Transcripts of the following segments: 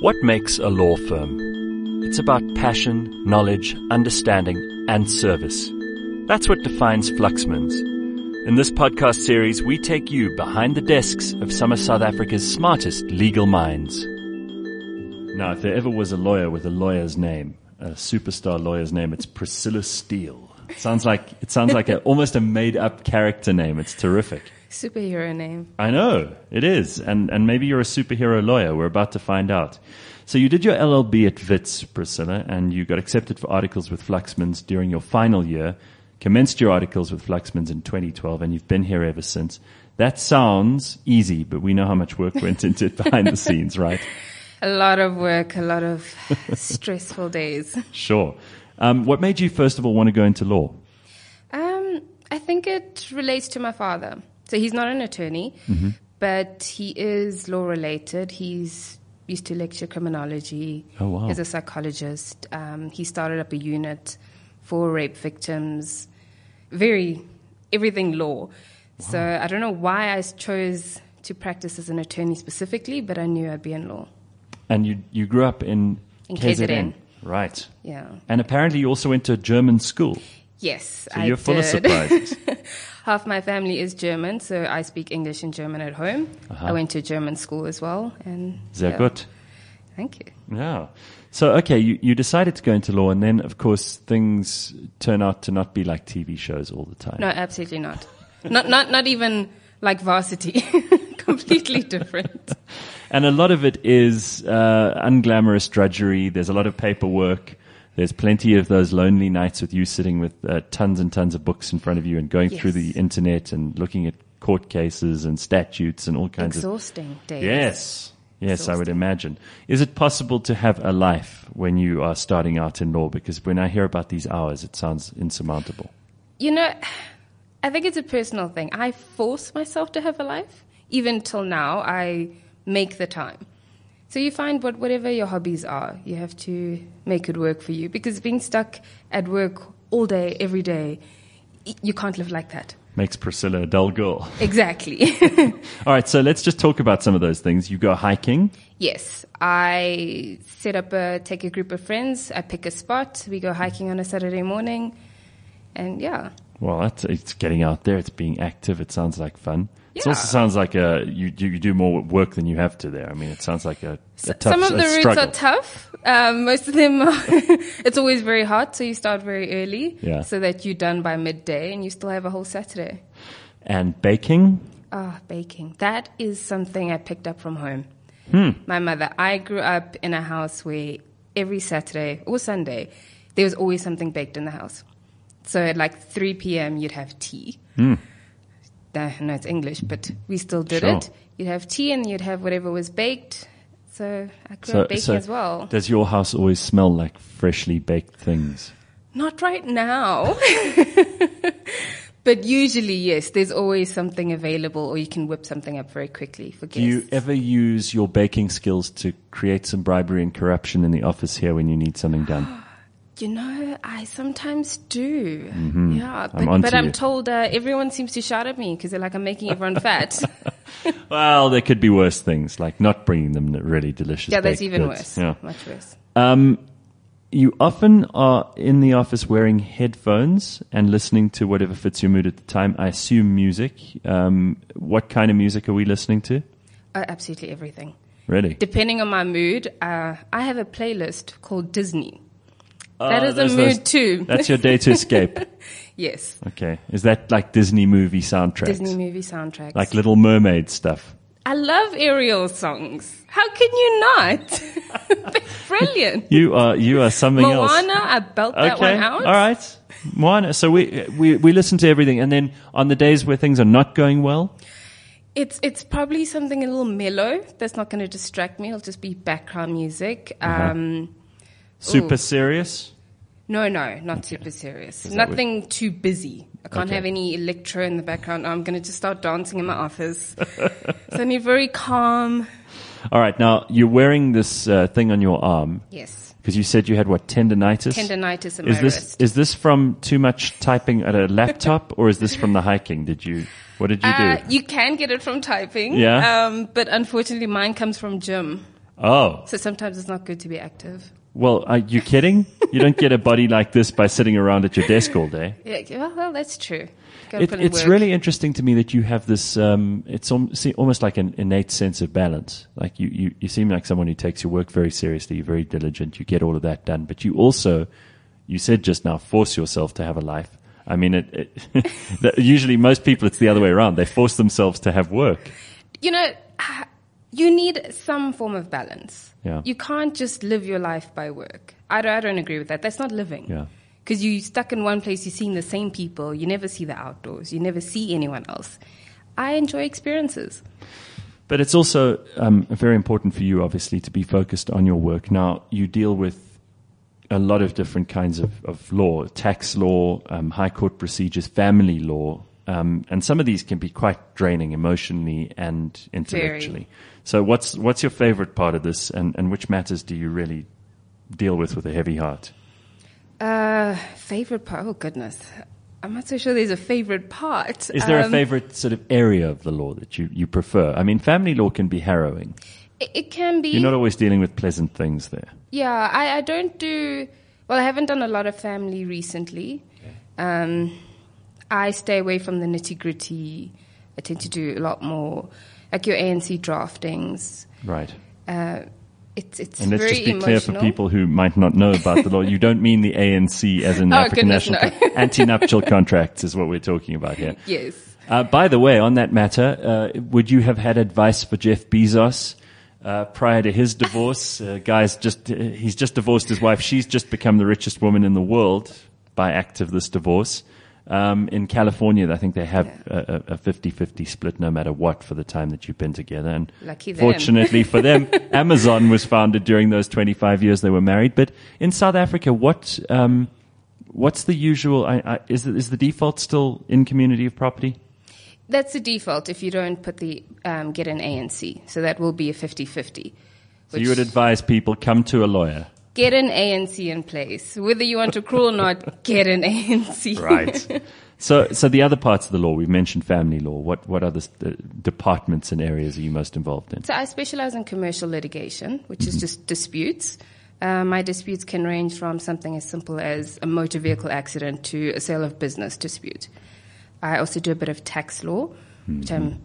What makes a law firm? It's about passion, knowledge, understanding, and service. That's what defines Fluxmans. In this podcast series, we take you behind the desks of some of South Africa's smartest legal minds. Now, if there ever was a lawyer with a lawyer's name, a superstar lawyer's name, it's Priscilla Steele. It sounds like it sounds like a, almost a made-up character name. It's terrific. Superhero name. I know it is, and and maybe you're a superhero lawyer. We're about to find out. So you did your LLB at Wits, Priscilla, and you got accepted for articles with Fluxmans during your final year. Commenced your articles with Fluxmans in 2012, and you've been here ever since. That sounds easy, but we know how much work went into it behind the scenes, right? A lot of work, a lot of stressful days. Sure. Um, what made you first of all want to go into law? Um, I think it relates to my father. So he's not an attorney, Mm-hmm. but he is law related. He's used to lecture criminology. Oh, wow. He's a psychologist. Um, he started up a unit for rape victims. Very everything law. So I don't know why I s- chose to practice as an attorney specifically, but I knew I'd be in law. And you you grew up in, In KZN. right? Yeah. And apparently you also went to a German school. Yes, So I you're full of did. surprises. Half my family is German, so I speak English and German at home. Uh-huh. I went to German school as well, and Sehr yeah. gut. Thank you. Yeah. So okay, you, you decided to go into law, and then of course things turn out to not be like TV shows all the time. No, absolutely not. not not not even like varsity. Completely different. And a lot of it is uh, unglamorous drudgery. There's a lot of paperwork. There's plenty of those lonely nights with you sitting with uh, tons and tons of books in front of you and going through the Yes. internet and looking at court cases and statutes and all kinds of Exhausting days. Yes. Yes, I would imagine. Is it possible to have a life when you are starting out in law? Because when I hear about these hours, it sounds insurmountable. You know, I think it's a personal thing. I force myself to have a life. Even till now, I make the time. So you find what whatever your hobbies are, you have to make it work for you because being stuck at work all day every day, y- you can't live like that. Makes Priscilla a dull girl. Exactly. All right, so let's just talk about some of those things. You go hiking. Yes, I set up a take a group of friends. I pick a spot. We go hiking on a Saturday morning, and yeah, Well, that's, it's getting out there. It's being active. It sounds like fun. It Yeah. also sounds like a, you, you, you do more work than you have to there. I mean, it sounds like a, a tough some of a the routes struggle. are tough. Um, most of them, are it's always very hot, so you start very early, Yeah. so that you're done by midday, and you still have a whole Saturday. and baking. Ah, baking. That is something I picked up from home. Hmm. My mother. I grew up in a house where every Saturday or Sunday, there was always something baked in the house. So at like 3 p.m., you'd have tea. Hmm. Uh, no, it's English, but we still did Sure. it. You'd have tea and you'd have whatever was baked. So I grew up baking as well. Does your house always smell like freshly baked things? Not right now. but usually, yes, there's always something available or you can whip something up very quickly for guests. Do you ever use your baking skills to create some bribery and corruption in the office here when you need something done? You know, I sometimes do. Yeah, but Mm-hmm. I'm I'm, onto but I'm you. told uh, everyone seems to shout at me because they're like, I'm making everyone fat. well, there could be worse things, like not bringing them the really delicious. yeah, that's baked even goods. worse. Yeah. Much worse. You often are in the office wearing headphones and listening to whatever fits your mood at the time. I assume music. Um, what kind of music are we listening to? Uh, absolutely everything. Really? Depending on my mood, uh, I have a playlist called Disney. that Uh, is a those- mood those- too. That's your day to escape. yes. Okay. Is that like Disney movie soundtracks? Disney movie soundtracks. Like Little Mermaid stuff. I love Ariel songs. How can you not? They're brilliant. You are you are something Moana, else. I belt that one out. All right. Moana. So we, we we listen to everything, and then on the days where things are not going well, It's it's probably something a little mellow that's not going to distract me. It'll just be background music. Uh-huh. Um, super Ooh. serious. no, no, not super serious. that Nothing too busy. I can't Okay. have any electro in the background. I'm going to just start dancing in my office. so I need very calm. All right. Now you're wearing this uh, thing on your arm Yes, because you said you had what tendonitis. tendonitis in Is my this wrist. is this from too much typing at a laptop, or is this from the hiking? Did you what did you Uh, do? you can get it from typing. Yeah. Um, but unfortunately, mine comes from gym. Oh, So sometimes it's not good to be active. well, are you kidding? You don't get a body like this by sitting around at your desk all day. Yeah, well, well, that's true. Gotta It, put in it's work. really interesting to me that you have this. Um, it's al- see, almost like an innate sense of balance. Like you, you, you seem like someone who takes your work very seriously. You're very diligent. You get all of that done, but you also, you said just now, force yourself to have a life. I mean, it, it that usually most people it's the other way around. They force themselves to have work. you know, ah, you need some form of balance. Yeah. You can't just live your life by work. I don't, I don't agree with that. That's not living. Yeah. Because you're stuck in one place, you're seeing the same people, you never see the outdoors, you never see anyone else. I enjoy experiences. But it's also um, very important for you, obviously, to be focused on your work. Now, you deal with a lot of different kinds of, of law tax law, um, high court procedures, family law. Um, and some of these can be quite draining emotionally and intellectually. So, what's, what's your favorite part of this, and, and which matters do you really deal with with a heavy heart? Uh, favorite part? Oh, goodness. I'm not so sure there's a favorite part. Is there a Um, favorite sort of area of the law that you, you prefer? I mean, family law can be harrowing. It, it can be. You're not always dealing with pleasant things there. Yeah, I, I don't do. Well, I haven't done a lot of family recently. Um, I stay away from the nitty gritty. I tend to do a lot more, like your ANC draftings. Right. Uh, it's it's And let's very just be emotional. clear for people who might not know about the law. You don't mean the ANC as in the Oh, African goodness, National no. anti-nuptial contracts is what we're talking about here. Yes. Uh, by the way, on that matter, uh, would you have had advice for Jeff Bezos uh, prior to his divorce? Uh, guys, just uh, he's just divorced his wife. She's just become the richest woman in the world by act of this divorce. Um, in California, I think they have a a, a 50-50 split no matter what for the time that you've been together. And Lucky them. fortunately for them, Amazon was founded during those 25 years they were married. But in South Africa, what... Um, What's the usual? I, I, is, the, is the default still in community of property? That's the default if you don't put the um, get an ANC. So that will be a 50 50. So you would advise people come to a lawyer. Get an ANC in place. Whether you want to crawl or not, get an ANC. so, so the other parts of the law we mentioned family law. What what other uh, departments and areas are you most involved in? So I specialize in commercial litigation, which is just disputes. Uh, my disputes can range from something as simple as a motor vehicle accident to a sale of business dispute. I also do a bit of tax law, which I'm,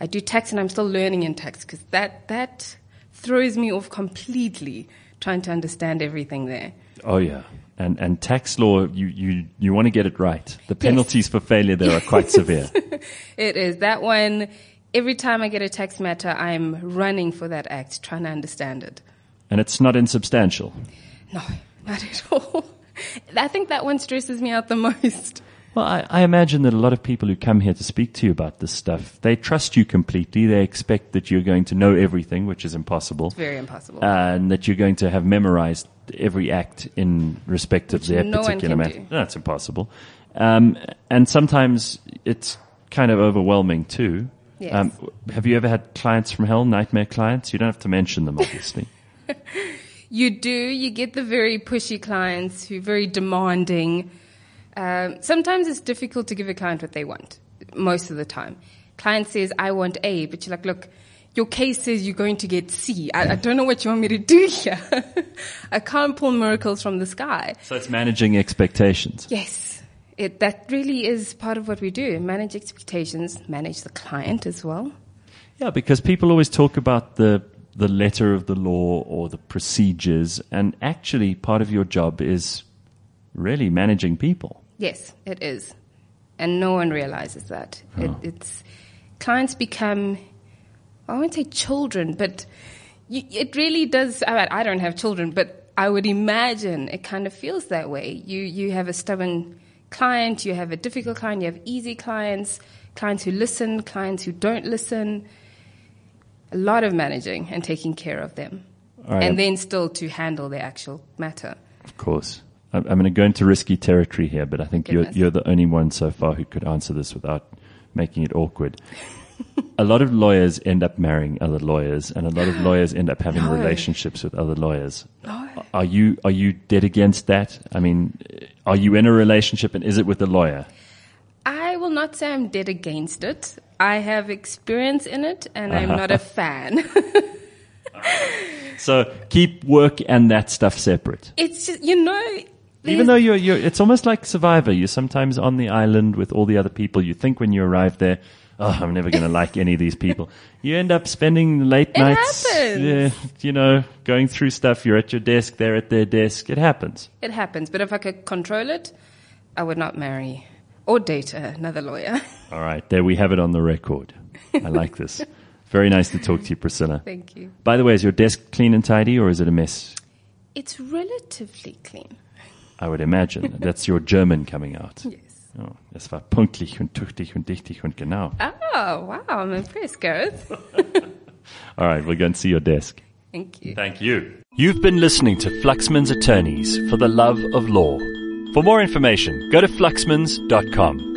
I do tax and I'm still learning in tax because that, that throws me off completely trying to understand everything there. Oh yeah, and and tax law. You you you want to get it right. The penalties for failure there are quite severe. It is that one. Every time I get a tax matter, I'm running for that act, trying to understand it. And it's not insubstantial. No, not at all. I think that one stresses me out the most. Well, I, I imagine that a lot of people who come here to speak to you about this stuff, they trust you completely. They expect that you're going to know everything, which is impossible. It's very impossible. uh, and that you're going to have memorized every act in respect of their no one particular can matter. do. That's impossible. Um, and sometimes it's kind of overwhelming too. Um, Yes. have you ever had clients from hell, nightmare clients? You don't have to mention them, obviously. you do, you get the very pushy clients who are very demanding. Um, sometimes it's difficult to give a client what they want, most of the time. Client says, I want A, but you're like, look, your case says you're going to get C. I, I don't know what you want me to do here. I can't pull miracles from the sky. so it's managing expectations. Yes, it, that really is part of what we do manage expectations, manage the client as well. Yeah, because people always talk about the the letter of the law or the procedures, and actually, part of your job is really managing people. Yes, it is. And no one realizes that. It, it's clients become, I won't say children, but you, it really does. I, mean, I don't have children, but I would imagine it kind of feels that way. You, you have a stubborn client, you have a difficult client, you have easy clients, clients who listen, clients who don't listen. A lot of managing and taking care of them. All right. And then still to handle the actual matter. Of course. I'm, I'm going to go into risky territory here, but I think you're, Goodness. you're the only one so far who could answer this without making it awkward. a lot of lawyers end up marrying other lawyers, and a lot of lawyers end up having No. relationships with other lawyers. No. Are you are you dead against that? I mean, are you in a relationship, and is it with a lawyer? I will not say I'm dead against it. I have experience in it and I'm not a fan. so keep work and that stuff separate. It's just, you know, Even though you're, you're, it's almost like Survivor. You're sometimes on the island with all the other people. You think when you arrive there, oh, I'm never going to like any of these people. You end up spending late It nights, happens. yeah, you know, going through stuff. You're at your desk, they're at their desk. It happens. it happens. But if I could control it, I would not marry or date another lawyer. All right, there we have it on the record. I like this. Very nice to talk to you, Priscilla. Thank you. By the way, is your desk clean and tidy or is it a mess? It's relatively clean. I would imagine. That's your German coming out. Yes. Oh, es war pünktlich und tüchtig und dichtig und genau. Oh, wow. I'm impressed, Gareth. All right, we'll go and see your desk. Thank you. Thank you. You've been listening to Fluxman's Attorneys for the Love of Law. For more information, go to fluxmans.com.